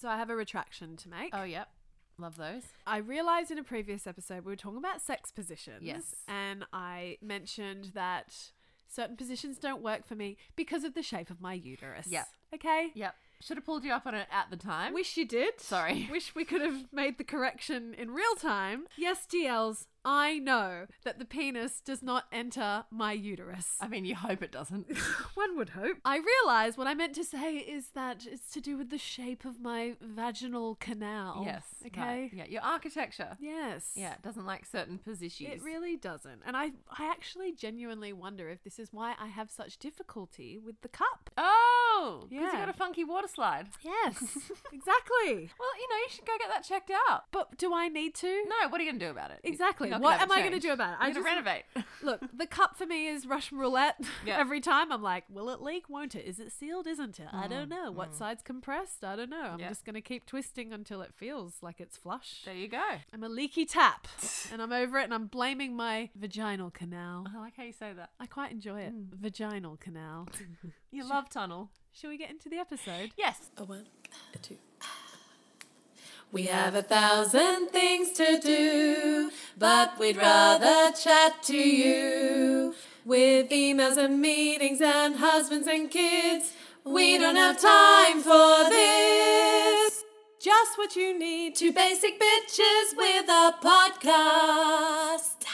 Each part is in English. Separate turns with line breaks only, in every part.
So I have a retraction to make.
Oh, yep. Love those.
I realized in a previous episode we were talking about sex positions.
Yes.
And I mentioned that certain positions don't work for me because of the shape of my uterus.
Yep.
Okay.
Yep. Should have pulled you up on it at the time.
Wish you did.
Sorry.
Wish we could have made the correction in real time. Yes, DLs, I know that the penis does not enter my uterus.
I mean, you hope it doesn't.
One would hope. I realize what I meant to say is that it's to do with the shape of my vaginal canal.
yes.
Okay.
right. Yeah. Your architecture.
Yes.
Yeah. It doesn't like certain positions.
It really doesn't. And I I actually genuinely wonder if this is why I have such difficulty with the cup.
Oh, because you
Yeah.
got a funky water slide.
Yes. exactly.
Well, you know, you should go get that checked out.
But do I need to?
No, what are you going to do about it?
Exactly.
You're not
What
gonna have
am
it
I gonna
changed.
do about it? I
You're going to
just-
renovate.
Look, the cup for me is Russian roulette.
Yeah.
Every time I'm like, will it leak? Won't it? Is it sealed? Isn't it? I don't know. What side's compressed? I don't know. I'm
Mm, Yeah.
just going to keep twisting until it feels like it's flush.
there you go.
I'm a leaky tap and I'm over it and I'm blaming my vaginal canal.
I like how you say that.
I quite enjoy it.
Mm.
Vaginal canal.
Your love tunnel.
Shall we get into the episode?
Yes.
A one, a two. We have a thousand things to do, but we'd rather chat to you. With emails and meetings and husbands and kids, we don't have time for this. Just what you need, two basic bitches with a podcast.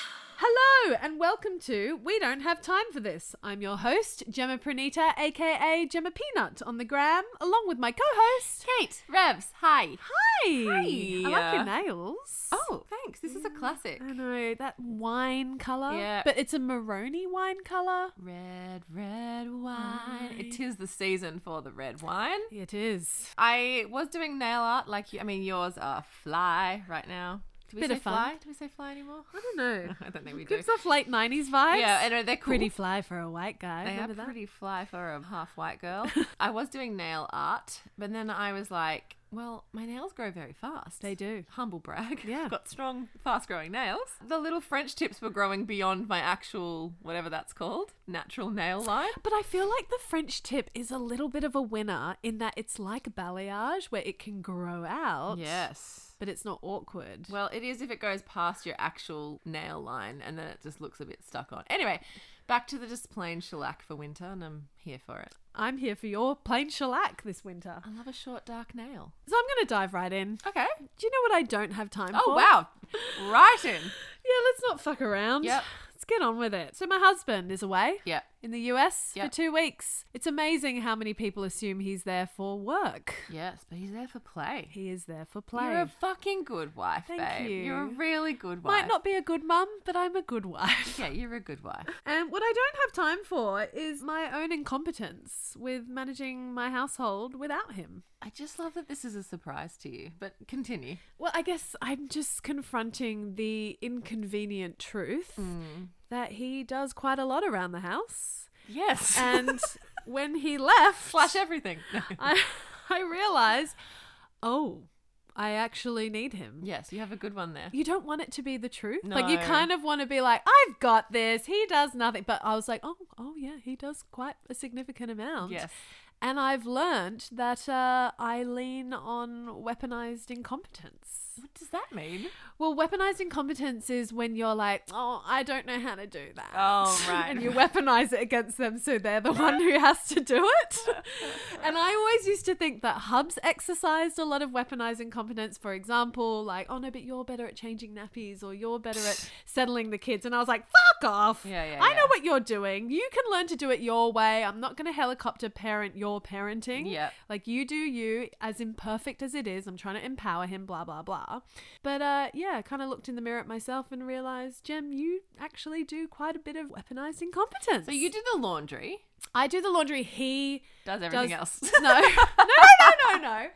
Hello and welcome to We Don't Have Time for This. I'm your host, Gemma Pranita, aka Gemma Peanut on the gram, along with my co host,
Kate. Revs. Hi.
Hi.
Hi.
I like your nails.
Oh, thanks. This is a classic.
I know that wine color.
Yeah.
but it's a maroney wine color.
Red, red wine. It is the season for the red wine.
It is.
I was doing nail art like you. I mean, yours are fly right now. Do we
Bit
say
of fun.
fly? Do we say fly anymore?
I don't know.
I don't think we do.
Gives off late nineties vibes.
Yeah, I know they're cool.
pretty fly for a white guy.
They are
Remember that?
pretty fly for a half white girl. I was doing nail art, but then I was like, well, my nails grow very fast.
They do.
Humble brag.
Yeah.
Got strong, fast growing nails. The little French tips were growing beyond my actual, whatever that's called, natural nail line.
But I feel like the French tip is a little bit of a winner in that it's like balayage where it can grow out.
Yes.
But it's not awkward.
Well, it is if it goes past your actual nail line and then it just looks a bit stuck on. Anyway, back to the just plain shellac for winter, and I'm here for it.
I'm here for your plain shellac this winter.
I love a short, dark nail.
So I'm going to dive right in.
Okay.
Do you know what I don't have time for?
Oh, wow. Right in.
Yeah, let's not fuck around.
Yep.
Let's get on with it. So my husband is away
Yep.
in the US
Yep.
for 2 weeks. It's amazing how many people assume he's there for work.
Yes, but he's there for play.
He is there for play.
You're a fucking good wife,
Thank
babe. are a
you.
really good wife.
Might not be a good mum, but I'm a good wife.
Yeah, you're a good wife.
And what I don't have time for is my own incompetence with managing my household without him.
I just love that this is a surprise to you. But continue.
Well, I guess I'm just confronting the inconvenient truth
Hmm.
that he does quite a lot around the house.
Yes.
And when he left,
flash everything. No.
I, I realized, oh, I actually need him.
yes, you have a good one there.
You don't want it to be the truth. Like you
No.
kind of want to be like, I've got this. He does nothing. But I was like, oh, oh yeah, he does quite a significant amount.
Yes.
And I've learned that uh, I lean on weaponized incompetence.
What does that mean?
Well, weaponized incompetence is when you're like, oh, I don't know how to do that.
Oh, right.
and you weaponize it against them, so they're the one who has to do it. and I always used to think that hubs exercised a lot of weaponized incompetence. For example, like, oh, no, but you're better at changing nappies or you're better at settling the kids. And I was like, fuck off.
Yeah, yeah,
I know
yeah.
what you're doing. You can learn to do it your way. I'm not going to helicopter parent your parenting.
Yep.
Like you do you, as imperfect as it is, I'm trying to empower him, blah, blah, blah. But uh, yeah, I kind of looked in the mirror at myself and realized, Jem, you actually do quite a bit of weaponized incompetence.
So you do the laundry,
I do the laundry. He
does everything
does-
else.
no, no, no, no, no.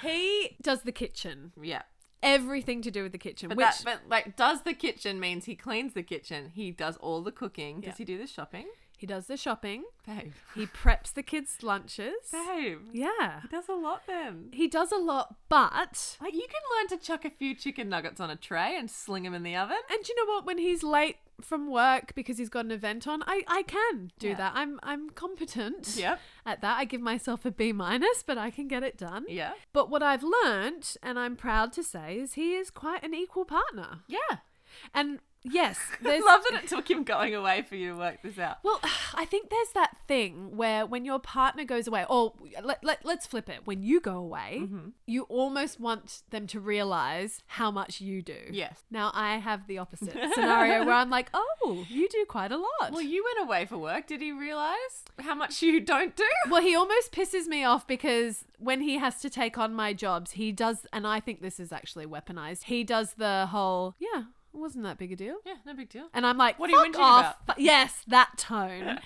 He does the kitchen.
yeah.
Everything to do with the kitchen.
But
which
that but like does the kitchen means he cleans the kitchen. He does all the cooking. Does
Yeah.
he do the shopping?
He does the shopping.
Babe.
He preps the kids' lunches.
Babe.
Yeah.
He does a lot then.
He does a lot, but.
Like, you can learn to chuck a few chicken nuggets on a tray and sling them in the oven.
And do you know what? When he's late from work because he's got an event on, I, I can do
Yeah.
that. I'm I'm competent
Yep.
at that. I give myself a B minus, but I can get it done.
Yeah.
But what I've learned, and I'm proud to say, is he is quite an equal partner.
Yeah.
And yes,
I
there's
love that it took him going away for you to work this out.
Well, I think there's that thing where when your partner goes away, or let, let, let's flip it, when you go away,
Mm-hmm.
you almost want them to realize how much you do.
Yes.
Now I have the opposite scenario where I'm like, oh, you do quite a lot.
Well, you went away for work. Did he realize how much you don't do?
Well, he almost pisses me off because when he has to take on my jobs, he does, and I think this is actually weaponized. He does the whole, yeah, it wasn't that big a deal.
Yeah, no big deal.
And I'm like,
What
what
are
are
you
you
whinging
off.
about?
Fu- Yes, that tone.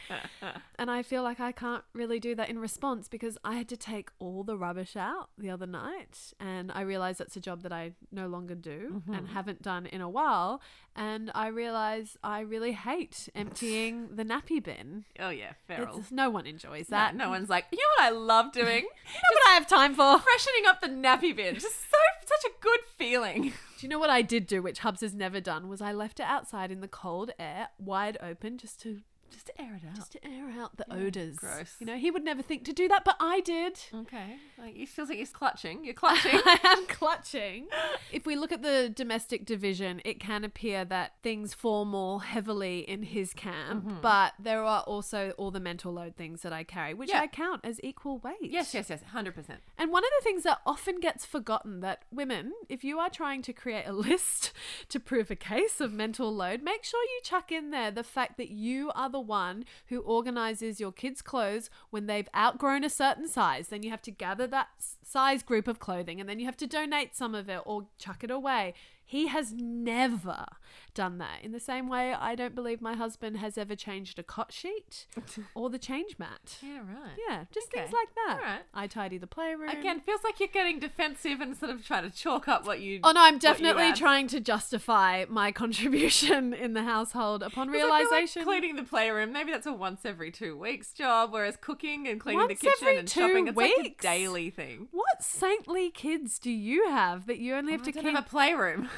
and I feel like I can't really do that in response because I had to take all the rubbish out the other night. And I realized that's a job that I no longer do
Mm-hmm.
and haven't done in a while. And I realize I really hate emptying the nappy bin.
Oh, yeah, feral.
It's, no one enjoys
that
that.
no one's like, you know what I love doing?
Not what I have time for.
Freshening up the nappy bin. Just so such a good feeling.
Do you know what I did do, which Hubs has never done, was I left it outside in the cold air, wide open, just to
Just to air it out.
just to air out the odors.
gross. Mm.
You know, he would never think to do that, but I did.
okay. Like it feels like he's clutching. You're clutching.
I am clutching. If we look at the domestic division, it can appear that things fall more heavily in his camp, but there are also all the mental load things that I carry, which
Yeah.
I count as equal weight.
yes, yes, yes. Hundred percent.
And one of the things that often gets forgotten that women, if you are trying to create a list to prove a case of mental load, make sure you chuck in there the fact that you are the one who organizes your kids' clothes when they've outgrown a certain size. Then you have to gather that s- size group of clothing and then you have to donate some of it or chuck it away. He has never done that. In the same way, I don't believe my husband has ever changed a cot sheet or the change mat.
Yeah, right.
Yeah, just
Okay.
things like that.
All right.
I tidy the playroom.
Again, feels like you're getting defensive and sort of trying to chalk up what you.
Oh no, I'm
what you
definitely
add.
trying to justify my contribution in the household upon
'Cause I feel like
realization.
cleaning the playroom, maybe that's a once every two weeks job, whereas cooking and cleaning
Once
the kitchen
every
and
two
shopping, it's like a
weeks?
daily thing.
what saintly kids do you have that you only have
Oh, I
to
don't
clean?
have a playroom.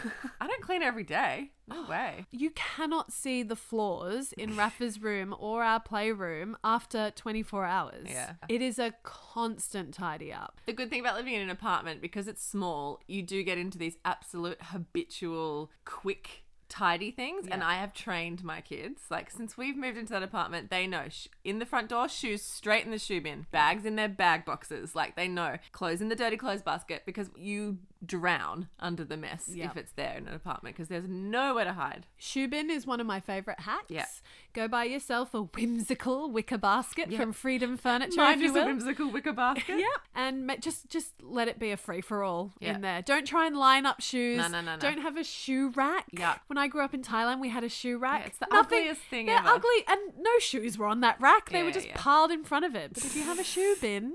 I don't clean every day. No
Oh.
way.
you cannot see the floors in Rafa's room or our playroom after 24 hours.
Yeah.
It is a constant tidy up.
The good thing about living in an apartment, because it's small, you do get into these absolute habitual, quick, tidy things. And I have trained my kids. Like, since we've moved into that apartment, they know sh- in the front door, shoes straight in the shoe bin, bags in their bag boxes. Like, they know clothes in the dirty clothes basket because you drown under the mess
Yeah.
if it's there in an apartment because there's nowhere to hide.
Shoebin is one of my favorite hats.
Yeah.
Go buy yourself a whimsical wicker basket from Freedom Furniture.
Mine
if you
is a
will.
whimsical wicker basket.
Yeah, and ma- just just let it be a free for all
Yeah.
in there. Don't try and line up shoes.
No, no, no, no.
Don't have a shoe rack.
Yeah.
When I grew up in Thailand, we had a shoe rack.
it's the ugliest thing
They're
ever.
ugly, and no shoes were on that rack. They
Yeah,
were just
yeah.
piled in front of it. But if you have a shoe bin,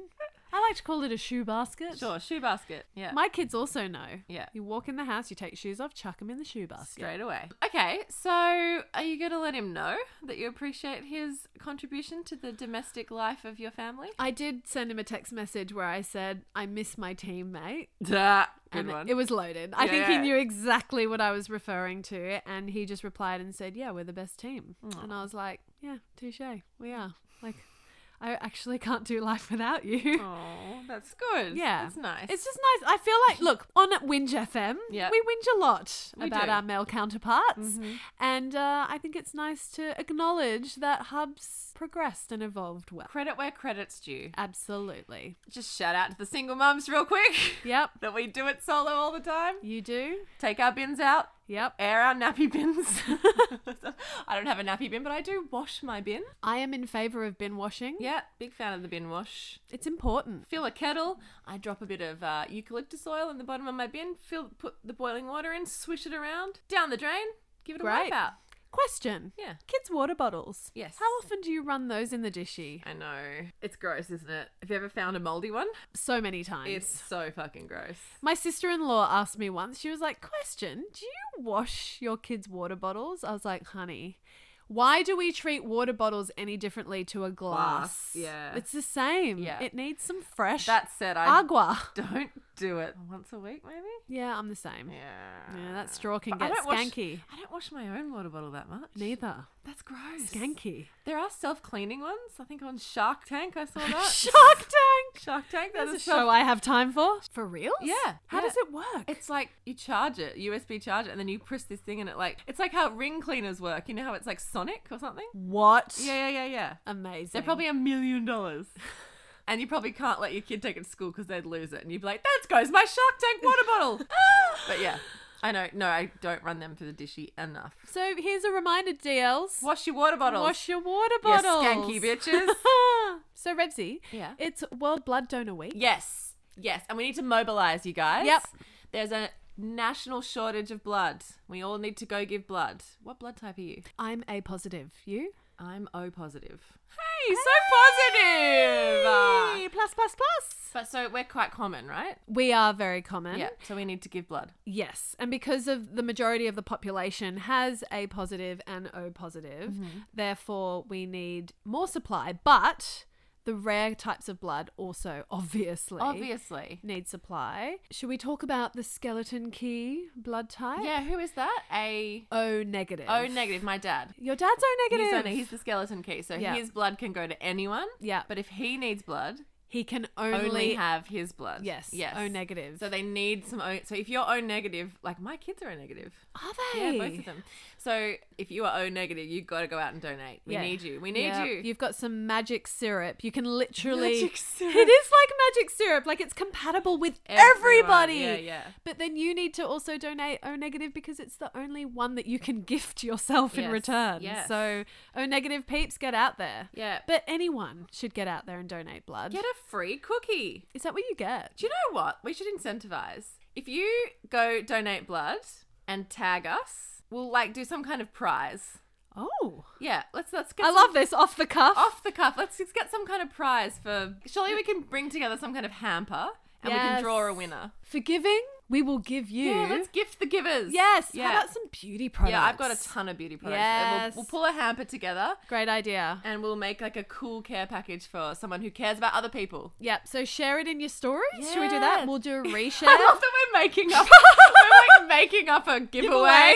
I like to call it a shoe basket.
Sure, shoe basket. Yeah.
My kids also know.
Yeah.
You walk in the house, you take shoes off, chuck them in the shoe basket.
Straight away. Okay, so are you going to let him know that you appreciate his contribution to the domestic life of your family?
I did send him a text message where I said, "I miss my teammate."
Duh. Good
and
one.
It was loaded. I think he
Yeah.
knew exactly what I was referring to, and he just replied and said, "Yeah, we're the best team." And I was like, "Yeah, touche. We are." Like, I actually can't do life without you.
oh, that's good.
Yeah,
That's nice.
It's just nice. I feel like, look, on Whinge FM,
Yeah.
we whinge a lot
We
about
do. Mm-hmm.
our male counterparts, and uh, I think it's nice to acknowledge that Hubs progressed and evolved well.
credit where credit's due.
Absolutely.
Just shout out to the single mums real quick
Yep.
that we do it solo all the time.
You do.
Take our bins out,
Yep.
air our nappy bins. I don't have a nappy bin, but I do wash my bin.
I am in favor of bin washing.
Yeah, big fan of the bin wash.
It's important.
fill a kettle. I drop a bit of uh, eucalyptus oil in the bottom of my bin. Fill, put the boiling water in, swish it around down the drain. Give it a wipe
Great.
out.
Question.
Yeah.
Kids' water bottles.
Yes.
How often do you run those in the dishy?
I know it's gross, isn't it? Have you ever found a moldy one?
So many times.
It's so fucking gross.
My sister in law asked me once, she was like, Question, do you wash your kids' water bottles? I was like, Honey, Why do we treat water bottles any differently to a glass?
Glass, yeah.
It's the same.
Yeah.
It needs some fresh
That said, I
agua.
don't do it once a week, maybe.
Yeah, I'm the same. Yeah,
Yeah.
that straw can
But I
get
don't wash-
skanky.
I don't wash my own water bottle that much.
Neither.
That's gross.
Skanky.
There are self-cleaning ones. I think on Shark Tank I saw that.
Shark Tank.
Shark Tank. That
That's
is
a show I have time for. For real?
Yeah,
How
yeah.
does it work?
It's like you charge it, USB charge it, and then you press this thing, and it like it's like how ring cleaners work. You know how it's like Sonic or something.
what?
Yeah, yeah, yeah, yeah.
Amazing.
They're probably a million dollars. And you probably can't let your kid take it to school because they'd lose it. And you'd be like, that goes my Shark Tank water bottle. but yeah, I know. No, I don't run them through the dishy enough.
So here's a reminder, DLs.
Wash your water bottles.
Wash your water
you
bottles.
skanky bitches.
so Rebsy,
Yeah.
it's World Blood Donor Week.
yes, yes. And we need to mobilize, you guys.
Yep.
There's a national shortage of blood. We all need to go give blood. What blood type are you?
I'm A positive. You?
I'm O positive. Hey, Ah. so positive.
Hey, plus plus plus.
But so we're quite common, right?
We are very common.
Yeah. So we need to give blood.
Yes, and because of the majority of the population has A positive and O positive,
Mm-hmm.
therefore we need more supply. But the rare types of blood also obviously
Obviously.
need supply. Should we talk about the skeleton key blood type?
Yeah, who is that? A
O negative.
O negative. My dad.
Your dad's O
He's,
negative.
on- he's the skeleton key, so
Yeah.
his blood can go to anyone.
Yeah.
But if he needs blood,
he can
only,
only,
have his blood.
yes,
Yes.
O negative.
So they need some. O- so if you're O negative, like my kids are O negative.
are
Yeah,
they?
both of them. So if you are O negative, you've got to go out and donate. We
Yeah.
need you. We need
Yeah.
you.
You've got some magic syrup. You can literally
Magic syrup.
It is like magic syrup. Like it's compatible with
Everyone.
everybody.
Yeah, yeah.
But then you need to also donate O negative because it's the only one that you can gift yourself in
Yes,
return.
yes.
So O negative peeps, get out there.
Yeah.
But anyone should get out there and donate blood.
Get a free cookie.
is that what you get?
Do you know what? We should incentivize. If you go donate blood and tag us, we'll like do some kind of prize.
Oh.
Yeah, let's let's get
I
some-
love this off the cuff.
off the cuff. Let's just get some kind of prize for. Surely we can bring together some kind of hamper and we can
Yes.
draw a winner.
For giving, we will give you.
Yeah, let's gift the givers.
yes.
yeah.
How about some beauty products?
yeah, I've got a ton of beauty products.
Yes.
We'll, we'll pull a hamper together
Great idea.
and we'll make like a cool care package for someone who cares about other people.
Yep. So share it in your stories. Should we do
Yeah.
that? We'll do a reshare.
I love that we're making up. we're like making up a giveaway,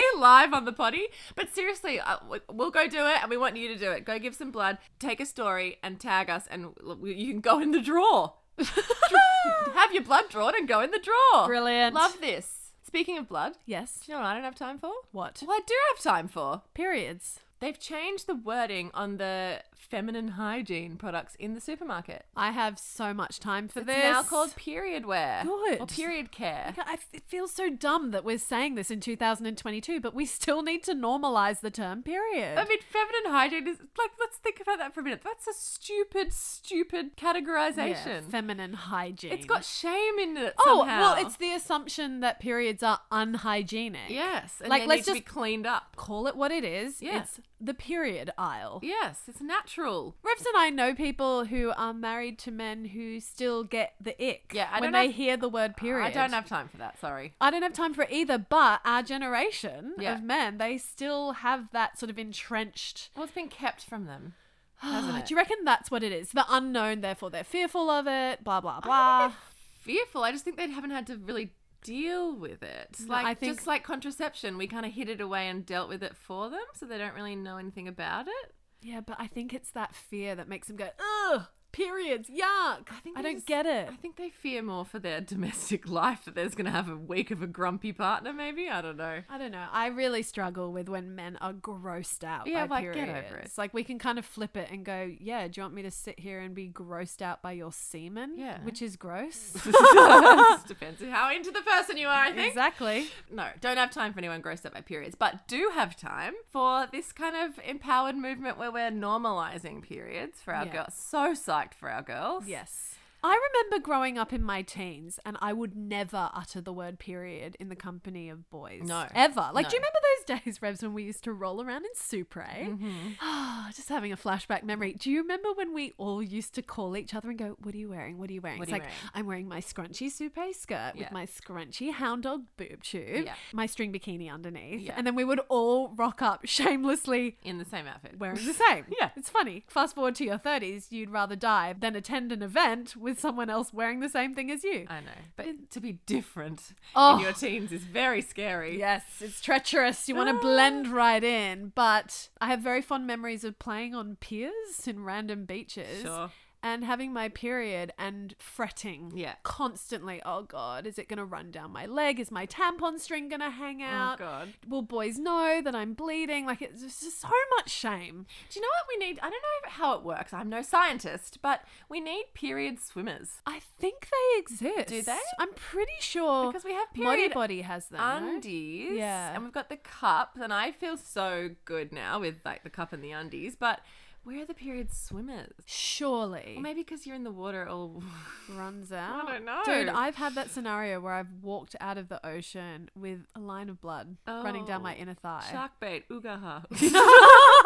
Giveaway.
live on the potty. But seriously, uh, w- we'll go do it, and we want you to do it. Go give some blood, take a story, and tag us, and l- we- you can go in the draw. Dr- have your blood drawn and go in the draw.
Brilliant.
Love this. Speaking of blood,
yes.
do you know what I don't have time for?
What?
Well, I do have time for.
Periods.
They've changed the wording on the feminine hygiene products in the supermarket.
I have so much time for
It's
this.
now called period wear. Or
Good.
period care.
I, it feels so dumb that we're saying this in 2022, but we still need to normalize the term period.
I mean, feminine hygiene is like, let's think about that for a minute. That's a stupid, stupid categorization.
Yeah, feminine hygiene.
it's got shame in it.
Oh,
somehow.
well, it's the assumption that periods are unhygienic.
yes, and
Like,
they
let's
need to
just-
be cleaned up.
Call it what it is.
Yeah.
It's the period aisle.
Yes, it's natural.
Revs and I know people who are married to men who still get the ick
Yeah, I
when
don't
they
have-
hear the word period.
I don't have time for that. Sorry.
I don't have time for it either, but our generation
Yeah.
of men, they still have that sort of entrenched.
Well, it's been kept from them.
Do
Hasn't it?
you reckon that's what it is? The unknown, therefore they're fearful of it, blah, blah,
I
blah.
don't think they're fearful. I just think they haven't had to really deal with it.
No,
like
I think-
just like contraception, we kind of hid it away and dealt with it for them, so they don't really know anything about it.
Yeah, but I think it's that fear that makes them go, ugh, periods, yuck. I,
think
I
they
don't
just-
get it.
I think they fear more for their domestic life that there's going to have a week of a grumpy partner. Maybe I don't know.
I don't know. I really struggle with when men are grossed out
Yeah,
by
like,
periods.
get over it.
Like we can kind of flip it and go, yeah, do you want me to sit here and be grossed out by your semen?
Yeah.
Which is gross.
It depends on how into the person you are. I think.
exactly.
No, don't have time for anyone grossed out by periods, but do have time for this kind of empowered movement where we're normalizing periods for our
Yeah.
girls. So psyched for our girls.
Yes. I remember growing up in my teens and I would never utter the word period in the company of boys.
No.
Ever. Like, do you
No.
remember those days, Revs, when we used to roll around in Supre?
Mm-hmm.
Just having a flashback memory. Do you remember when we all used to call each other and go, What are you wearing? What are you wearing?
What
it's
are you
like,
wearing?
I'm wearing my scrunchy Supre skirt
Yeah.
with my scrunchy hound dog boob tube,
Yeah.
my string bikini underneath.
Yeah.
And then we would all rock up shamelessly
in the same outfit.
wearing the same.
Yeah.
It's funny. Fast forward to your 30s, you'd rather die than attend an event with someone else wearing the same thing as you.
I know, but to be different
Oh.
in your teens is very scary.
Yes, it's treacherous. You want
Ah.
to blend right in. But I have very fond memories of playing on piers in random beaches
Sure.
and having my period and fretting
Yeah.
constantly. Oh, God, is it going to run down my leg? Is my tampon string going to hang out?
Oh, God.
Will boys know that I'm bleeding? Like, it's just so much shame.
Do you know what we need? I don't know if- how it works. I'm no scientist, but we need period swimmers.
I think they exist.
Do they?
I'm pretty sure
Because we have
Body
period
Body has them. no?
Undies.
Yeah.
And we've got the cup, and I feel so good now with like the cup and the undies, but where are the period swimmers?
Surely
Or maybe because you're in the water oh, all.
runs out.
Oh don't know.
dude. I've had that scenario where I've walked out of the ocean with a line of blood running down my
Oh,
inner thigh.
Shark bait, oogaha.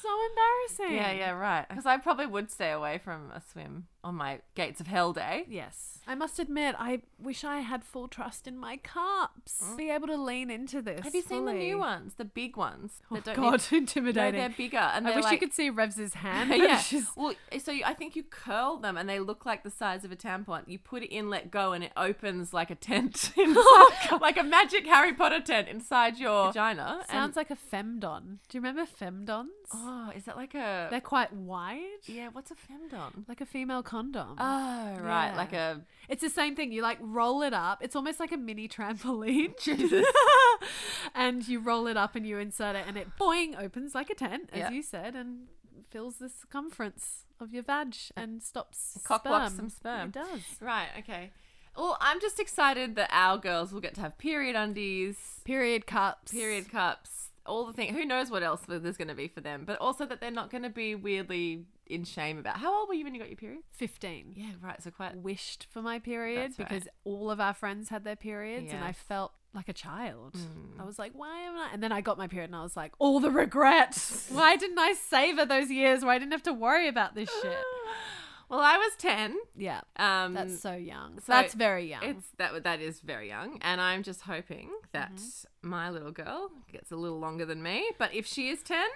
So embarrassing.
yeah, yeah, right. Because I probably would stay away from a swim on my Gates of Hell day.
Yes, I must admit, I wish I had full trust in my cups. Be able to lean into this.
Mm. Have you seen the
fully.
new ones, the big ones?
Oh,
that don't
God,
need- No,
intimidating.
they're bigger, and
I
they're
wish you
like-
could see Revs's hand. but
yeah.
she's-
Well, eh, so you, I think you curl them and they look like the size of a tampon. You put it in, let go, and it opens like a tent, inside, like a magic Harry Potter tent inside your vagina.
sounds like a femdon. Do you remember femdons?
Oh, is that like a?
They're quite wide.
yeah, what's a femdom?
Like a female condom.
Oh right,
Yeah.
like a
it's the same thing. You like roll it up. It's almost like a mini trampoline.
Jesus.
and you roll it up and you insert it, and it boing opens like a tent, as
Yeah.
you said, and fills the circumference of your vag and stops
cock blocks
sperm.
some sperm.
It does.
Right, okay. Well, I'm just excited that our girls will get to have period undies,
Period cups.
period cups, all the things. Who knows what else there's going to be for them? But also that they're not going to be weirdly in shame about. How old were you when you got your period?
Fifteen.
Yeah, right. So quite
Wished for my period
That's right.
because all of our friends had their periods, and I
Yes. Mm.
felt like a child. I was like, why am I? And then I got my period, and I was like, all the regrets. why didn't I savor those years where I didn't have to worry about this shit?
Well, I was ten.
Yeah.
Um,
That's so young.
so
That's very young.
it's that that is very young, and I'm just hoping that my little girl gets a little longer than me. But if she is ten,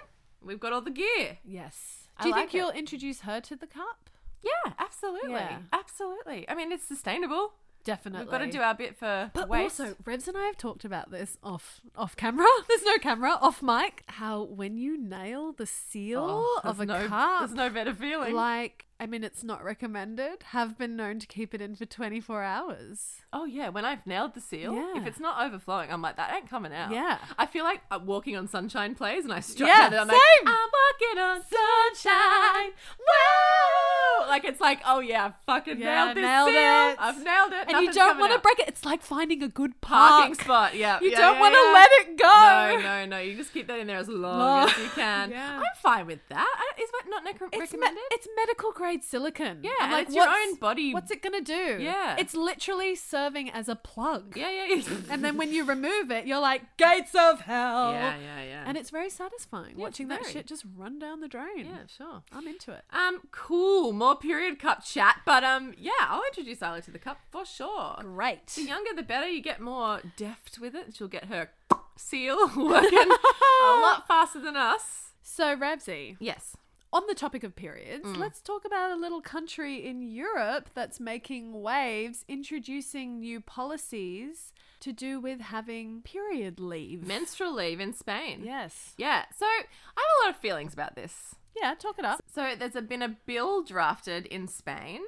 we've got all the gear.
yes.
I
Do you
like
think
it.
you'll introduce her to the cup?
Yeah, absolutely,
Yeah.
absolutely. I mean, it's sustainable.
Definitely.
We've got to do our bit for
But
waste.
also, Revs and I have talked about this off off camera. There's no camera, off mic. How when you nail the seal
Oh,
of a
there's no,
cup,
There's no better feeling.
like I mean, it's not recommended. Have been known to keep it in for 24 hours.
oh yeah, when I've nailed the seal,
Yeah.
if it's not overflowing, I'm like that ain't coming out.
Yeah.
I feel like I'm walking on sunshine plays, and I strut
Yeah,
yeah, that I'm
same.
like, I'm walking on sunshine. Whoa! Like it's like, oh yeah, I fucking
Yeah,
nailed this
nailed
seal.
it.
I've nailed it.
And you
Nothing's
don't
coming
want to
out.
break it. It's like finding a good
parking
park.
spot. Yeah,
You
yeah,
don't
yeah,
want to
yeah.
let it go.
No, no, no. You just keep that in there as long
Long.
as you can.
Yeah.
I'm fine with that. I- Is that not nec-
It's, me-
recommended?
it's medical grade silicon.
yeah,
I'm
and
like,
it's your
what's-
own body.
What's it gonna do?
Yeah.
It's literally serving as a plug.
Yeah, yeah, yeah.
And then when you remove it, you're like, gates of hell.
yeah, yeah, yeah.
And it's very satisfying watching that
very.
shit just run down the drain.
yeah, sure.
I'm into it.
Um, cool. More period cup chat, but um, yeah, I'll introduce Ali to the cup for sure.
Great.
The younger, the better. You get more deft with it. She'll get her seal working a lot faster than us.
So, Rabsy,
Yes.
on the topic of periods, let's talk about a little country in Europe that's making waves, introducing new policies to do with having period leave.
Menstrual leave in Spain.
Yes.
Yeah. So I have a lot of feelings about this.
Yeah, talk it up.
So there's a, been a bill drafted in Spain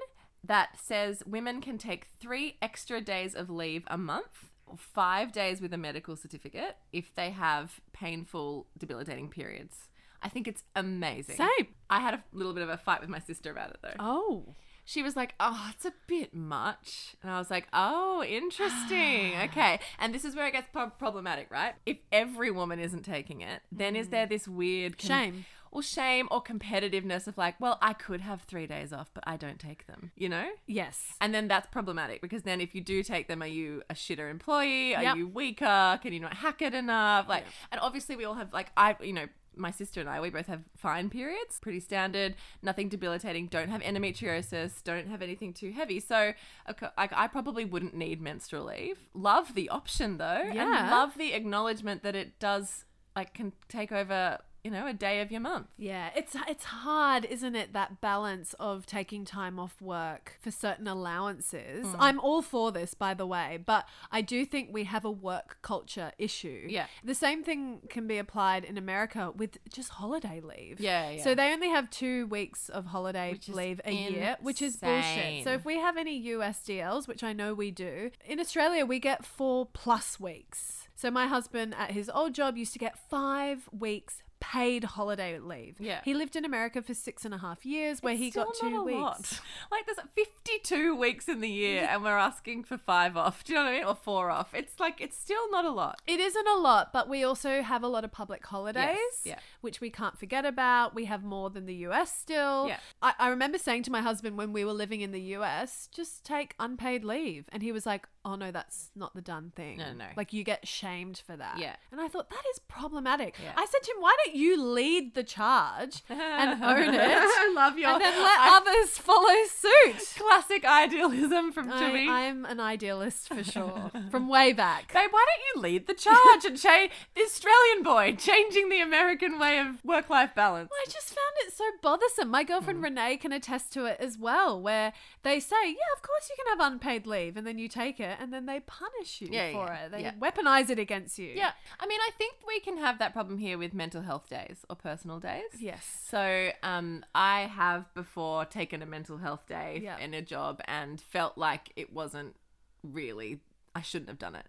that says women can take three extra days of leave a month, or five days with a medical certificate, if they have painful, debilitating periods. I think it's amazing.
Same.
I had a little bit of a fight with my sister about it though.
Oh.
She was like, "Oh, it's a bit much," and I was like, "Oh, interesting. okay." And this is where it gets prob- problematic, right? If every woman isn't taking it, then is there this weird
Shame.
well, shame or competitiveness of like, well, I could have three days off, but I don't take them, you know?
Yes.
And then that's problematic because then if you do take them, are you a shitter employee? Are
Yep.
you weaker? Can you not hack it enough? Like, and obviously we all have like I, you know. My sister and I, we both have fine periods, pretty standard, nothing debilitating, don't have endometriosis, don't have anything too heavy. So, okay, like, I probably wouldn't need menstrual leave. Love the option though, and
Yeah.
love the acknowledgement that it does, like, can take over, you know, a day of your month.
Yeah, it's it's hard, isn't it? That balance of taking time off work for certain allowances.
Mm.
I'm all for this, by the way, but I do think we have a work culture issue.
Yeah.
the same thing can be applied in America with just holiday leave.
Yeah, yeah.
So they only have two weeks of holiday
Which is
leave a year, which is bullshit. So
insane.
if we have any USDLs, which I know we do, in Australia we get four plus weeks. So my husband at his old job used to get five weeks paid holiday leave.
Yeah.
He lived in America for six and a half years where he got
still
two
not a
weeks.
lot. Like there's 52 weeks in the year, and we're asking for five off. Do you know what I mean? Or four off. It's like it's still not a lot.
It isn't a lot, but we also have a lot of public holidays,
yeah.
which we can't forget about. We have more than the US still.
Yeah.
I, I remember saying to my husband when we were living in the US, just take unpaid leave. And he was like, oh no, that's not the done thing.
No, no, no.
Like you get shamed for that.
Yeah.
And I thought, that is problematic.
Yeah.
I said to him, why don't you lead the charge and own it?
I love your
And then let
I-
others follow suit.
classic idealism from Jimmy.
I, I'm an idealist for sure, from way back.
Babe, why don't you lead the charge and change the Australian boy changing the American way of work-life balance?
I just found it so bothersome. My girlfriend
Hmm.
Renee can attest to it as well, where they say, Yeah, of course you can have unpaid leave, and then you take it, and then they punish you
Yeah,
for
yeah,
it. They
yeah.
weaponize it against you.
Yeah, I mean, I think we can have that problem here with mental health days or personal days.
Yes.
So, um, I have before taken a mental health day
Yeah.
in a job and felt like it wasn't really. I shouldn't have done it.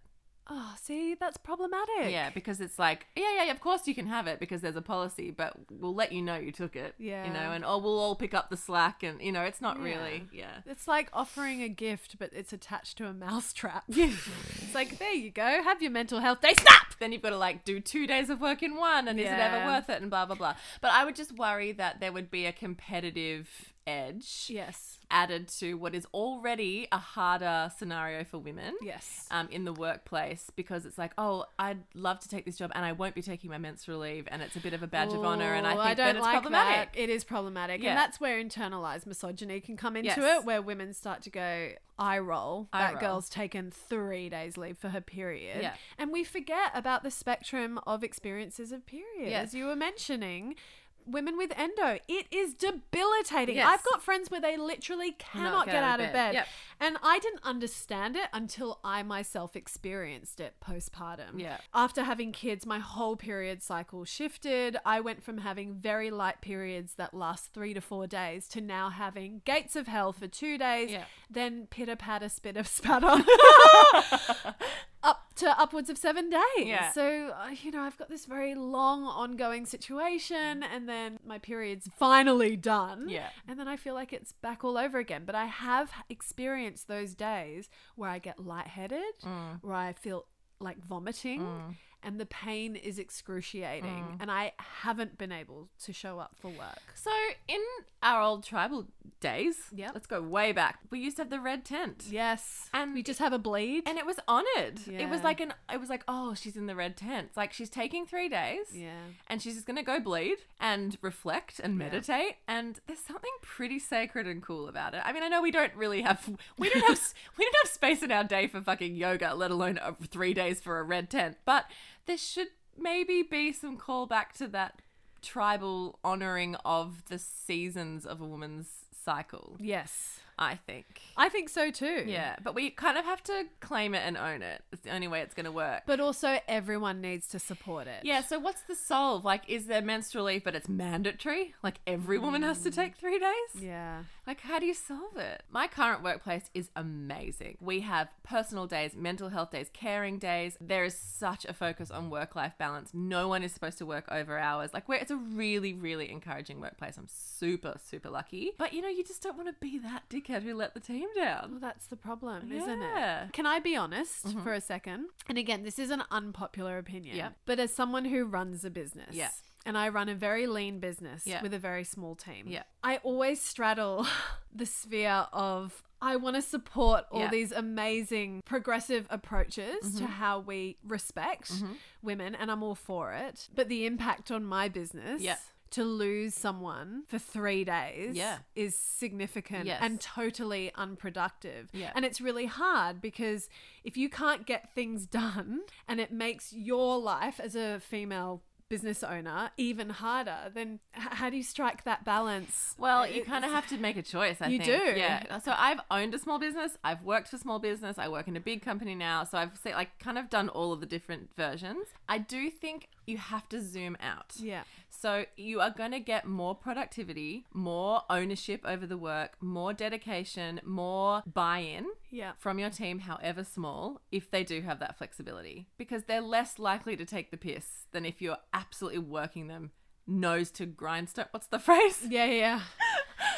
Oh, see, that's problematic.
Yeah, because it's like, yeah, yeah, of course you can have it because there's a policy, but we'll let you know you took it. You know,
Yeah.
and oh, we'll all pick up the slack, and you know, it's not really. Yeah.
It's like offering a gift, but it's attached to a mousetrap. it's like, there you go, have your mental health day. Stop!
Then you've got to like do two days of work in one, and is it ever
Yeah.
worth it? And blah blah blah. But I would just worry that there would be a competitive edge.
Yes.
added to what is already a harder scenario for women
Yes.
um, in the workplace because it's like, oh, I'd love to take this job and I won't be taking my menstrual leave and it's a bit of a badge of honor and I
Ooh,
think that it's problematic.
That. It is problematic,
Yeah.
and that's where internalized misogyny can come into
Yes.
it, where women start to go eye roll.
Eye
that
roll.
girl's taken three days leave for her period,
Yeah.
and we forget about the spectrum of experiences of period,
Yes.
as you were mentioning. Women with endo, it is debilitating.
Yes.
I've got friends where they literally cannot get, out, of bed.
Yep.
And I didn't understand it until I myself experienced it postpartum.
Yeah.
After having kids, my whole period cycle shifted. I went from having very light periods that last three to four days to now having gates of hell for two days,
Yeah.
then pitter patter, spitter spatter. Up to upwards of seven days.
Yeah.
So, uh, you know, I've got this very long ongoing situation, and then my period's finally done.
Yeah.
And then I feel like it's back all over again. But I have experienced those days where I get lightheaded,
Mm.
where I feel like vomiting, and the pain is excruciating.
Mm.
And I haven't been able to show up for work.
So in our old tribal days,
Yep.
let's go way back, we used to have the red tent.
Yes.
And-
we just have a bleed.
And it was honored. It was
Yeah.
like an it was like, oh, she's in the red tent. It's Like she's taking three days.
yeah.
and she's just going to go bleed and reflect and meditate and there's something pretty sacred and cool about it i mean i know we don't really have we don't have we don't have space in our day for fucking yoga let alone uh, three days for a red tent but there should maybe be some call back to that tribal honoring of the seasons of a woman's cycle
Yes.
i think
I think so too.
yeah but we kind of have to claim it and own it it's the only way it's going to work
But also, everyone needs to support it.
Yeah, so what's the solve? Like, is there menstrual leave, but it's mandatory? Like, every woman has to take three days?
Yeah.
Like, how do you solve it? My current workplace is amazing. We have personal days, mental health days, caring days. There is such a focus on work life balance. No one is supposed to work over hours. Like, where it's a really, really encouraging workplace. I'm super, super lucky. But you know, you just don't want to be that dickhead who let the team down.
Well, that's the problem, isn't
Yeah. Mm-hmm.
it? Can I be honest for a second? And again, this is an unpopular opinion,
Yeah.
but as someone who runs a business,
Yeah.
and I run a very lean business
Yeah.
with a very small team.
Yeah.
I always straddle the sphere of I want to support all
Yeah. Mm-hmm.
these amazing progressive approaches to how we respect women, and I'm all for it. But the impact on my business.
Yeah.
To lose someone for three days
Yeah.
is significant
Yes.
and totally unproductive.
Yeah.
And it's really hard because if you can't get things done and it makes your life as a female business owner even harder, then h- how do you strike that balance?
Well, you
It's-
kind of have to make a choice, I
You
think.
do.
Yeah. So I've owned a small business. I've worked for small business. I work in a big company now. So I've say, like kind of done all of the different versions. I do think you have to zoom out.
Yeah.
So you are going to get more productivity, more ownership over the work, more dedication, more buy-in
Yeah.
from your team, however small, if they do have that flexibility, because they're less likely to take the piss than if you're absolutely working them nose to grindstone. What's the phrase?
Yeah, yeah, yeah.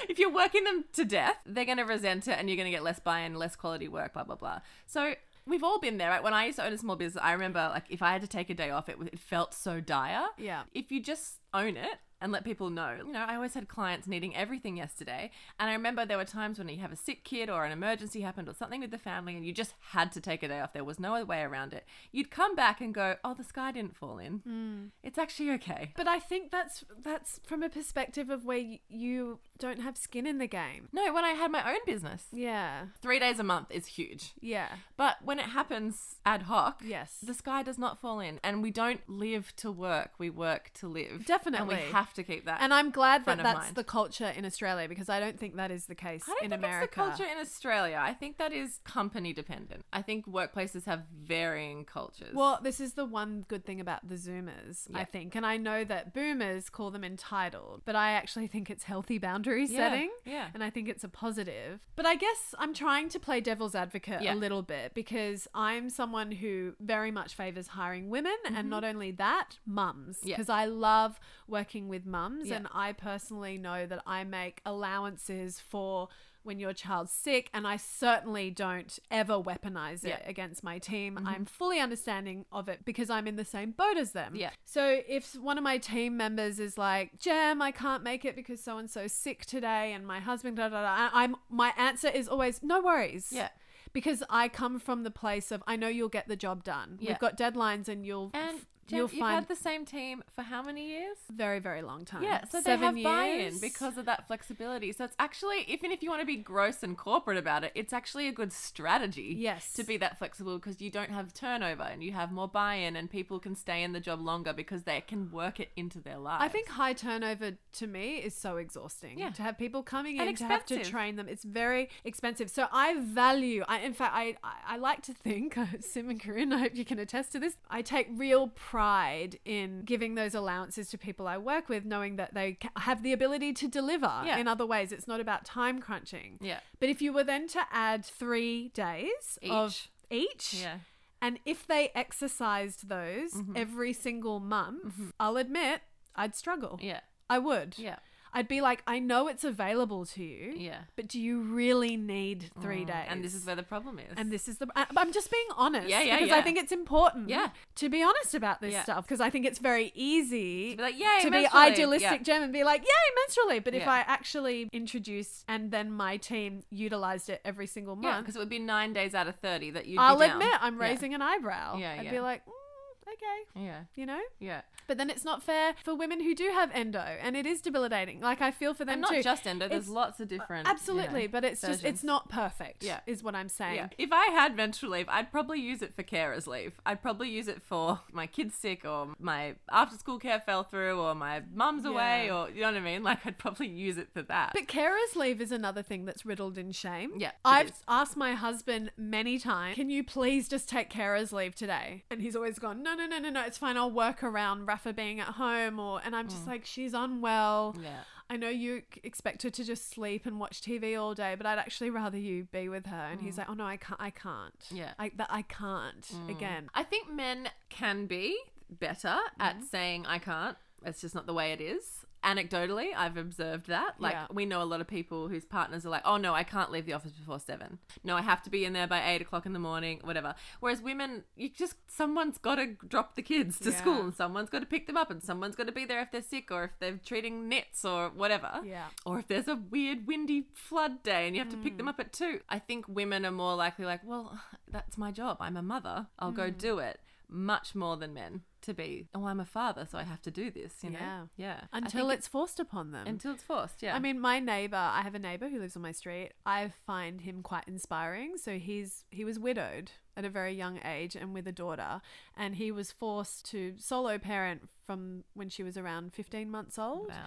if you're working them to death, they're going to resent it and you're going to get less buy in, less quality work, blah, blah, blah. So we've all been there, right? When I used to own a small business, I remember like if I had to take a day off, it, w- it felt so dire.
Yeah.
If you just own it, and let people know. You know, I always had clients needing everything yesterday. And I remember there were times when you have a sick kid or an emergency happened or something with the family and you just had to take a day off. There was no other way around it. You'd come back and go, oh, the sky didn't fall in. It's actually okay.
But I think that's that's from a perspective of where y- you don't have skin in the game.
No, when I had my own business,
Yeah.
three days a month is huge.
Yeah.
But when it happens ad hoc,
Yes.
the sky does not fall in, and we don't live to work; we work to live.
Definitely.
and we have to keep that.
And I'm glad
Front
that
of
that's
mind.
the culture in Australia because I don't think that is the case
I don't
in
think
America.
it's the culture in Australia. I think that is company dependent. I think workplaces have varying cultures.
Well, this is the one good thing about the Zoomers, I
Yeah.
think. And I know that boomers call them entitled, but I actually think it's healthy boundary
Yeah,
setting.
yeah.
And I think it's a positive. But I guess I'm trying to play devil's advocate
Yeah.
a little bit because I'm someone who very much favors hiring women and not only that, mums.
Mm-hmm. Yeah.
Because I love working with mums
Yeah.
and I personally know that I make allowances for when your child's sick and I certainly don't ever weaponize it
Yeah. Mm-hmm.
against my team. I'm fully understanding of it because I'm in the same boat as them.
Yeah.
So if one of my team members is like, Jem, I can't make it because so and so's sick today and my husband, da da da, I- I'm my answer is always no worries.
Yeah.
Because I come from the place of I know you'll get the job done.
Yeah.
We've got deadlines and you'll
and Jen,
you'll
you've
find
had the same team for how many years?
very very long time.
Yeah, so they have buy-in because of that flexibility. So it's actually, even if you want to be gross and corporate about it, it's actually a good strategy.
Yes.
to be that flexible because you don't have turnover and you have more buy-in and people can stay in the job longer because they can work it into their lives.
I think high turnover to me is so exhausting.
Yeah.
To have people coming in
And
to have to
expensive.
train them, it's very expensive. So I value. I in fact, I I, I like to think, Sim and Corinne, I hope you can attest to this. I take real pride in giving those allowances to people I work with, knowing that they ca- have the ability to deliver
Yeah.
in other ways. It's not about time crunching.
Yeah.
But if you were then to add three days of each,
Yeah.
and if they exercised those
Mm-hmm.
every single month, I'll admit I'd struggle.
Yeah.
I would.
Yeah.
I'd be like, I know it's available to you,
Yeah. Mm,
but do you really need three days?
And this is where the problem is.
and this is the. I- I'm just being honest.
Yeah, yeah,
Because I
yeah.
think it's important.
Yeah.
To be honest about this
Yeah.
stuff, because I think it's very easy
To be like, "Yay,
to be
menstrually."
idealistic,
Yeah.
Gem, and be like, yay, menstrually. But if
Yeah.
I actually introduced and then my team utilized it every single
yeah,
month,
because it would be nine days out of thirty that you.
I'll
be down.
admit I'm
Yeah.
raising an eyebrow.
Yeah,
I'd
yeah.
be like, mm, okay,
Yeah.
you know.
Yeah.
But then it's not fair for women who do have endo, and it is debilitating. Like I feel for them
And not
too.
just endo. There's
It's-
lots of different. you know,
Absolutely, but it's just
versions.
it's not perfect.
Yeah.
is what I'm saying.
Yeah. If I had menstrual leave, I'd probably use it for carers leave. I'd probably use it for my kids sick or my after school care fell through or my mum's away
Yeah.
or you know what I mean? Like I'd probably use it for that.
But carers leave is another thing that's riddled in shame.
Yeah, it
I've
is.
asked my husband many times, can you please just take carers leave today? And he's always gone, no, no, no, no, no, it's fine. I'll work around Rafa being at home. Or and I'm just
Mm.
like, she's unwell.
Yeah.
I know you c- expect her to just sleep and watch TV all day, but I'd actually rather you be with her. And he's like, oh no, I can't. I can't.
Mm. Yeah. Mm.
I, that I can't again.
Mm-hmm. I think men can be better at saying I can't It's just not the way it is. Anecdotally, I've observed that. Like,
Yeah.
we know a lot of people whose partners are like, oh no, I can't leave the office before seven. No, I have to be in there by eight o'clock in the morning, whatever. Whereas women, you just, someone's got to drop the kids to
Yeah.
school and someone's got to pick them up and someone's got to be there if they're sick or if they're treating nits or whatever
Yeah.
or if there's a weird windy flood day and you have to pick
Mm.
them up at two. I think women are more likely like, well, that's my job. I'm a mother. I'll go
Mm.
do it. Much more than men to be. Oh, I'm a father, so I have to do this. You know,
Yeah.
yeah. I
Until
think
it's forced upon them.
it- until it's forced. Yeah.
I mean, my neighbor, I have a neighbor who lives on my street. I find him quite inspiring. So he's he was widowed at a very young age and with a daughter, and he was forced to solo parent from when she was around 15 months old.
wow.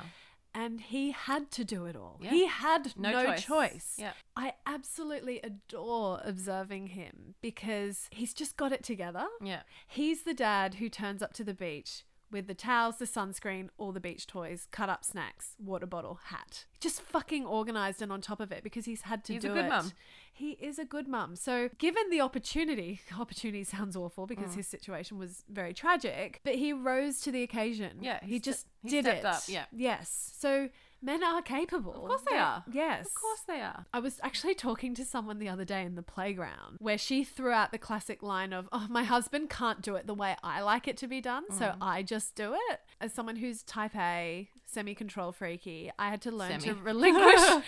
And he had to do it all.
Yeah.
He had
No
no,
choice.
choice.
Yeah.
I absolutely adore observing him because he's just got it together.
Yeah.
He's the dad who turns up to the beach with the towels, the sunscreen, all the beach toys, cut up snacks, water bottle, hat. Just fucking organized and on top of it because he's had to
He's a
do
good
it.
mum.
He is a good mum. So, given the opportunity, opportunity sounds awful
Mm.
because his situation was very tragic, but he rose to the occasion.
Yeah, he
he
ste-
just
he
did
stepped
it.
up, yeah.
Yes. So, men are capable. Of
course they are.
Yes.
Of course they are.
I was actually talking to someone the other day in the playground where she threw out the classic line of, Oh, my husband can't do it the way I like it to be done,
Mm.
so I just do it. As someone who's type A, semi control freaky, I had to learn to
Semi.
relinquish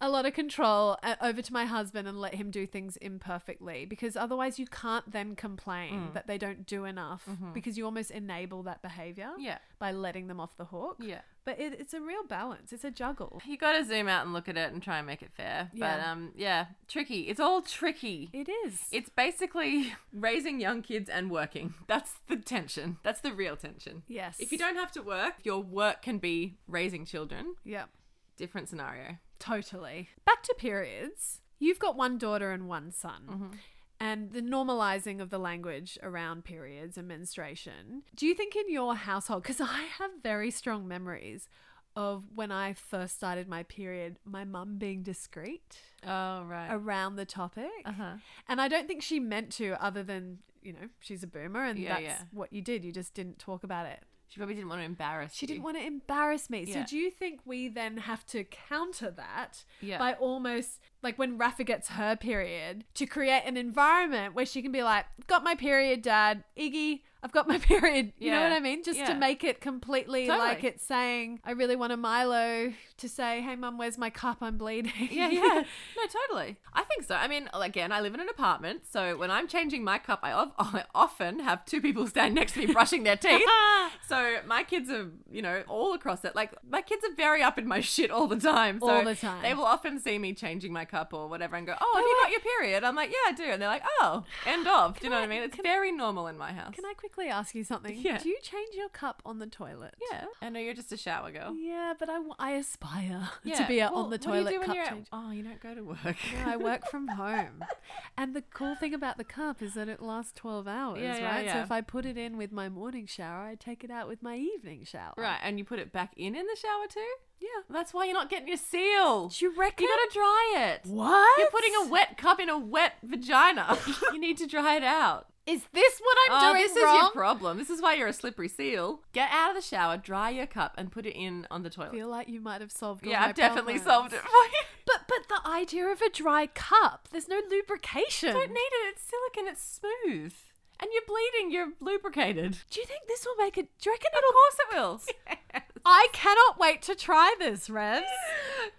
a lot of control uh, over to my husband and let him do things imperfectly because otherwise you can't then complain
Mm.
that they don't do enough because you almost enable that behavior
Mm-hmm. Yeah.
by letting them off the hook.
Yeah.
But it, it's a real balance, it's a juggle.
You got to zoom out and look at it and try and make it fair. But
Yeah.
um, yeah, tricky. It's all tricky.
It is.
It's basically raising young kids and working. That's the tension. That's the real tension.
Yes.
If you don't have to work, your work can be raising children.
Yep.
Different scenario.
Totally. Back to periods. You've got one daughter and one son.
Mm-hmm.
And the normalizing of the language around periods and menstruation. Do you think in your household, because I have very strong memories of when I first started my period, my mum being discreet
Oh, right.
around the topic.
Uh-huh.
And I don't think she meant to, other than, you know, she's a boomer and
Yeah,
that's
yeah.
what you did. You just didn't talk about it.
She probably didn't want to embarrass
She
you.
didn't want to embarrass me.
Yeah.
So do you think we then have to counter that
Yeah.
by almost like when Rafa gets her period to create an environment where she can be like, "Got my period, Dad. Iggy, I've got my period." You know
Yeah.
what I mean? Just
Yeah.
to make it completely
Totally.
like it's saying, "I really want a Milo." To say, "Hey, Mum, where's my cup? I'm bleeding."
Yeah, yeah. No, totally. I think so. I mean, again, I live in an apartment, so when I'm changing my cup, I, of- I often have two people stand next to me brushing their teeth. so my kids are, you know, all across it. Like, my kids are very up in my shit all the time. So
All the time.
They will often see me changing my cup or whatever and go, Oh, have you got your period? I'm like, Yeah, I do. And they're like, Oh, end of. Do you know what I mean? It's very normal in my house.
Can I quickly ask you something?
Yeah.
Do you change your cup on the toilet?
Yeah. I know you're just a shower girl.
Yeah, but I, w- I aspire
Yeah.
to be a
Well,
on the
what do you
toilet
do when
cup
you're at-
changer.
Oh, you don't go to work.
No, I work from home. And the cool thing about the cup is that it lasts 12 hours,
Yeah, yeah,
right? So
yeah.
if I put it in with my morning shower, I take it out with my evening shower.
Right, and you put it back in in the shower too?
Yeah.
That's why you're not getting your seal.
Do you reckon?
You gotta dry it.
what?
You're putting a wet cup in a wet vagina. you need to dry it out.
Is this what I'm
Oh,
doing
this
wrong?
is your problem. This is why you're a slippery seal. Get out of the shower, dry your cup, and put it in on the
I
toilet.
feel like you might have solved. all
yeah,
my
I've definitely
problems.
solved it for you.
But but the idea of a dry cup, there's no lubrication.
Don't need it. It's silicone. It's smooth, and you're bleeding. You're lubricated.
do you think this will make it? Do you reckon
Of
it'll?
course it will.
I cannot wait to try this, Revs.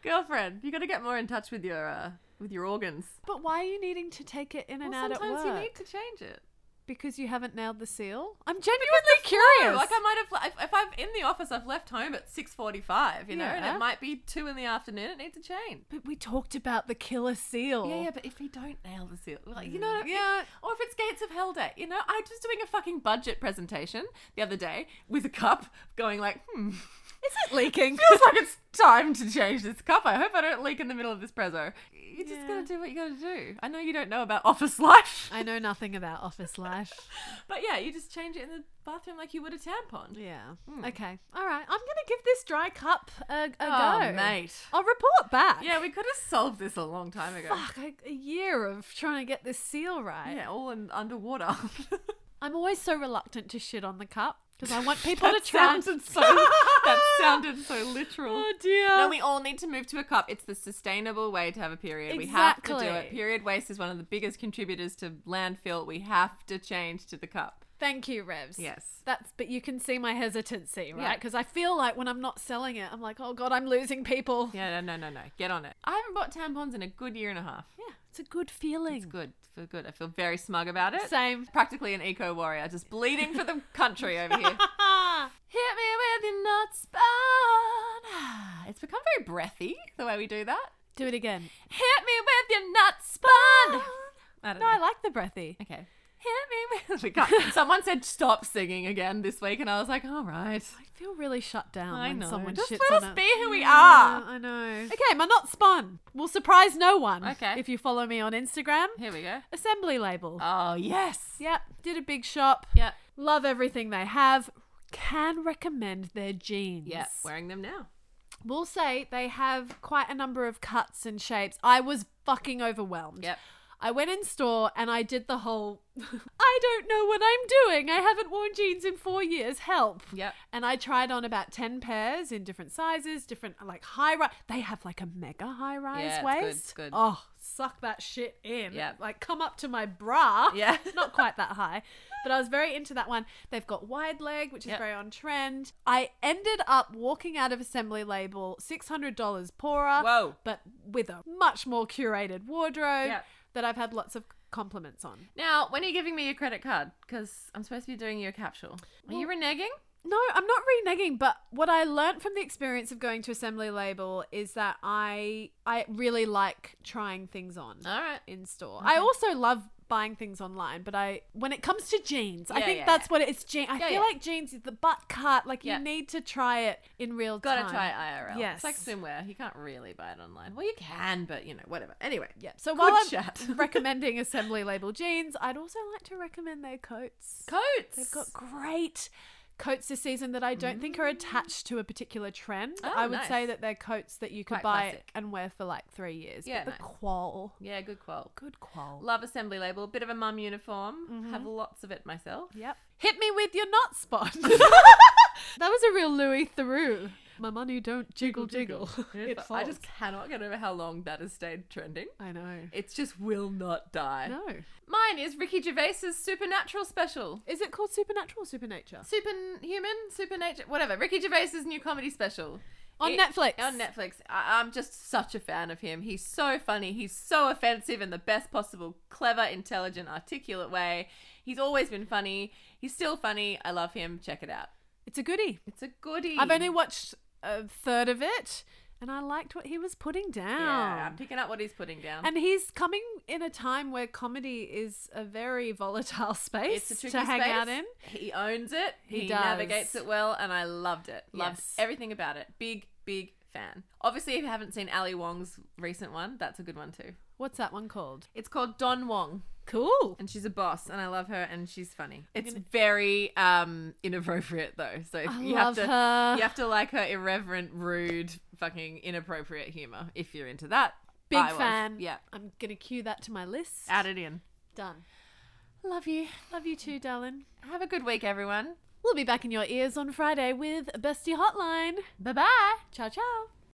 Girlfriend, you gotta get more in touch with your uh, with your organs.
But why are you needing to take it in and
Well,
out at
sometimes
work?
you need to change it.
Because you haven't nailed the seal? I'm genuinely curious.
Like I might have, if, if I'm in the office, I've left home at six forty-five. You know, and it
Yeah.
might be two in the afternoon. It needs a change.
but we talked about the killer seal.
Yeah, yeah, but if we don't nail the seal, like, you know, what I mean?
Yeah.
Or if it's Gates of Hell Day, you know, I was just doing a fucking budget presentation the other day with a cup, going like, hmm,
Is it leaking?
feels like it's time to change this cup. I hope I don't leak in the middle of this prezzo. You just
Yeah.
gotta do what you gotta do. I know you don't know about office life,
I know nothing about office life.
but yeah, you just change it in the bathroom like you would a tampon.
Yeah.
Hmm.
Okay. All right. I'm going to give this dry cup a, a
Oh,
go.
mate.
I'll report back.
Yeah, we could have solved this a long time ago.
Fuck, a, a year of trying to get this seal right.
Yeah, all in underwater.
I'm always so reluctant to shit on the cup. because I want people
That
to try.
sounded so. that sounded so literal.
oh dear.
No, we all need to move to a cup. It's the sustainable way to have a period. We have to do it.
Exactly.
Period waste is one of the biggest contributors to landfill. We have to change to the cup.
Thank you, Revs.
Yes.
That's but you can see my hesitancy,
Yeah.
right? Because I feel like when I'm not selling it, I'm like, oh god, I'm losing people.
Yeah, no, no, no, no. Get on it. I haven't bought tampons in a good year and a half.
Yeah, it's a good feeling.
It's good. I feel good. I feel very smug about it.
Same.
Practically an eco warrior, just bleeding for the country over here. Hit me with your not spun. It's become very breathy the way we do that.
Do it again.
Hit me with your nut spun. I don't
No, I
know.
like the breathy.
Okay. Hit me with. We can't. Someone said stop singing again this week, and I was like, all right.
I feel really shut down
I
when
know.
someone
Just
shits on
let us
it.
be who we
Yeah,
are.
I know. Okay, my not spun will surprise no one.
Okay.
If you follow me on Instagram,
Here we go.
assembly label.
Oh yes.
Yep, did a big shop.
Yep.
Love everything they have. Can recommend their jeans.
Yep. Wearing them now.
We'll say they have quite a number of cuts and shapes. I was fucking overwhelmed.
Yep.
I went in store and I did the whole I don't know what I'm doing. I haven't worn jeans in 4 years. Help.
Yep.
And I tried on about 10 pairs in different sizes, different like high rise. They have like a mega high rise
Yeah, it's good, it's
waist.
good.
Oh, suck that shit in.
Yep.
Like come up to my bra.
Yeah.
Not quite that high, but I was very into that one. They've got wide leg, which is
Yep.
very on trend. I ended up walking out of assembly label $600 poorer
Whoa.
but with a much more curated wardrobe
Yep.
that I've had lots of compliments on.
Now, when are you giving me your credit card? Because I'm supposed to be doing your capsule. Are you reneging?
No, I'm not reneging, but what I learned from the experience of going to assembly label is that I I really like trying things on
All right.
in store. I also love buying things online, but I when it comes to jeans, I
Yeah,
think
yeah,
that's
yeah.
what it, it's jeans. I
Yeah,
feel
yeah.
like jeans is the butt cut, like
Yeah.
you need to try it in real
Gotta
time.
try IRL. It's
Yes.
like swimwear. You can't really buy it online. Well, you can, but you know, whatever. Anyway.
Yep. So
Good
while I'm
chat.
recommending assembly label jeans, I'd also like to recommend their coats.
Coats. Mm.
They've got great coats this season that I don't think are attached to a particular trend.
Oh,
I would
nice.
say that they're coats that you could
Quite
buy
classic.
and wear for like three years.
Yeah,
but
nice.
the qual,
Yeah, good qual.
good qual.
Love assembly label. Bit of a mum uniform. Have lots of it myself.
Yep. Hit me with your not spot. that was a real Louis Theroux. My money don't jiggle jiggle.
Yes,
it
but I just
falls.
cannot get over how long that has stayed trending.
I know.
It just will not die.
No.
Mine is Ricky Gervais's Supernatural special.
Is it called Supernatural or Supernature?
Superhuman, Supernature, whatever. Ricky Gervais's new comedy special.
On
It-
Netflix.
On Netflix. I, I'm just such a fan of him. He's so funny. He's so offensive in the best possible, clever, intelligent, articulate way. He's always been funny. He's still funny. I love him. Check it out.
It's a goodie.
It's a goodie.
I've only watched a third of it and I liked what he was putting down.
Yeah,
Oh.
I'm picking up what he's putting down.
And he's coming in a time where comedy is a very volatile space
it's a tricky
to hang
space.
out in.
He owns it. He,
He does.
navigates it well, and I loved it. Loved
Yes.
everything about it. Big, big fan. Obviously, if you haven't seen Ali Wong's recent one, that's a good one too.
What's that one called?
It's called Don Wong,
Cool.
and she's a boss, and I love her, and she's funny. It's very um inappropriate though, so if
I
you
love
have to
her.
you have to like her irreverent, rude, fucking inappropriate humor if you're into that.
Big
I was.
fan.
Yeah,
I'm gonna cue that to my list.
add it in.
Done.
Love you.
Love you too, darling.
Have a good week, everyone.
We'll be back in your ears on Friday with Bestie Hotline.
Bye bye.
Ciao, ciao.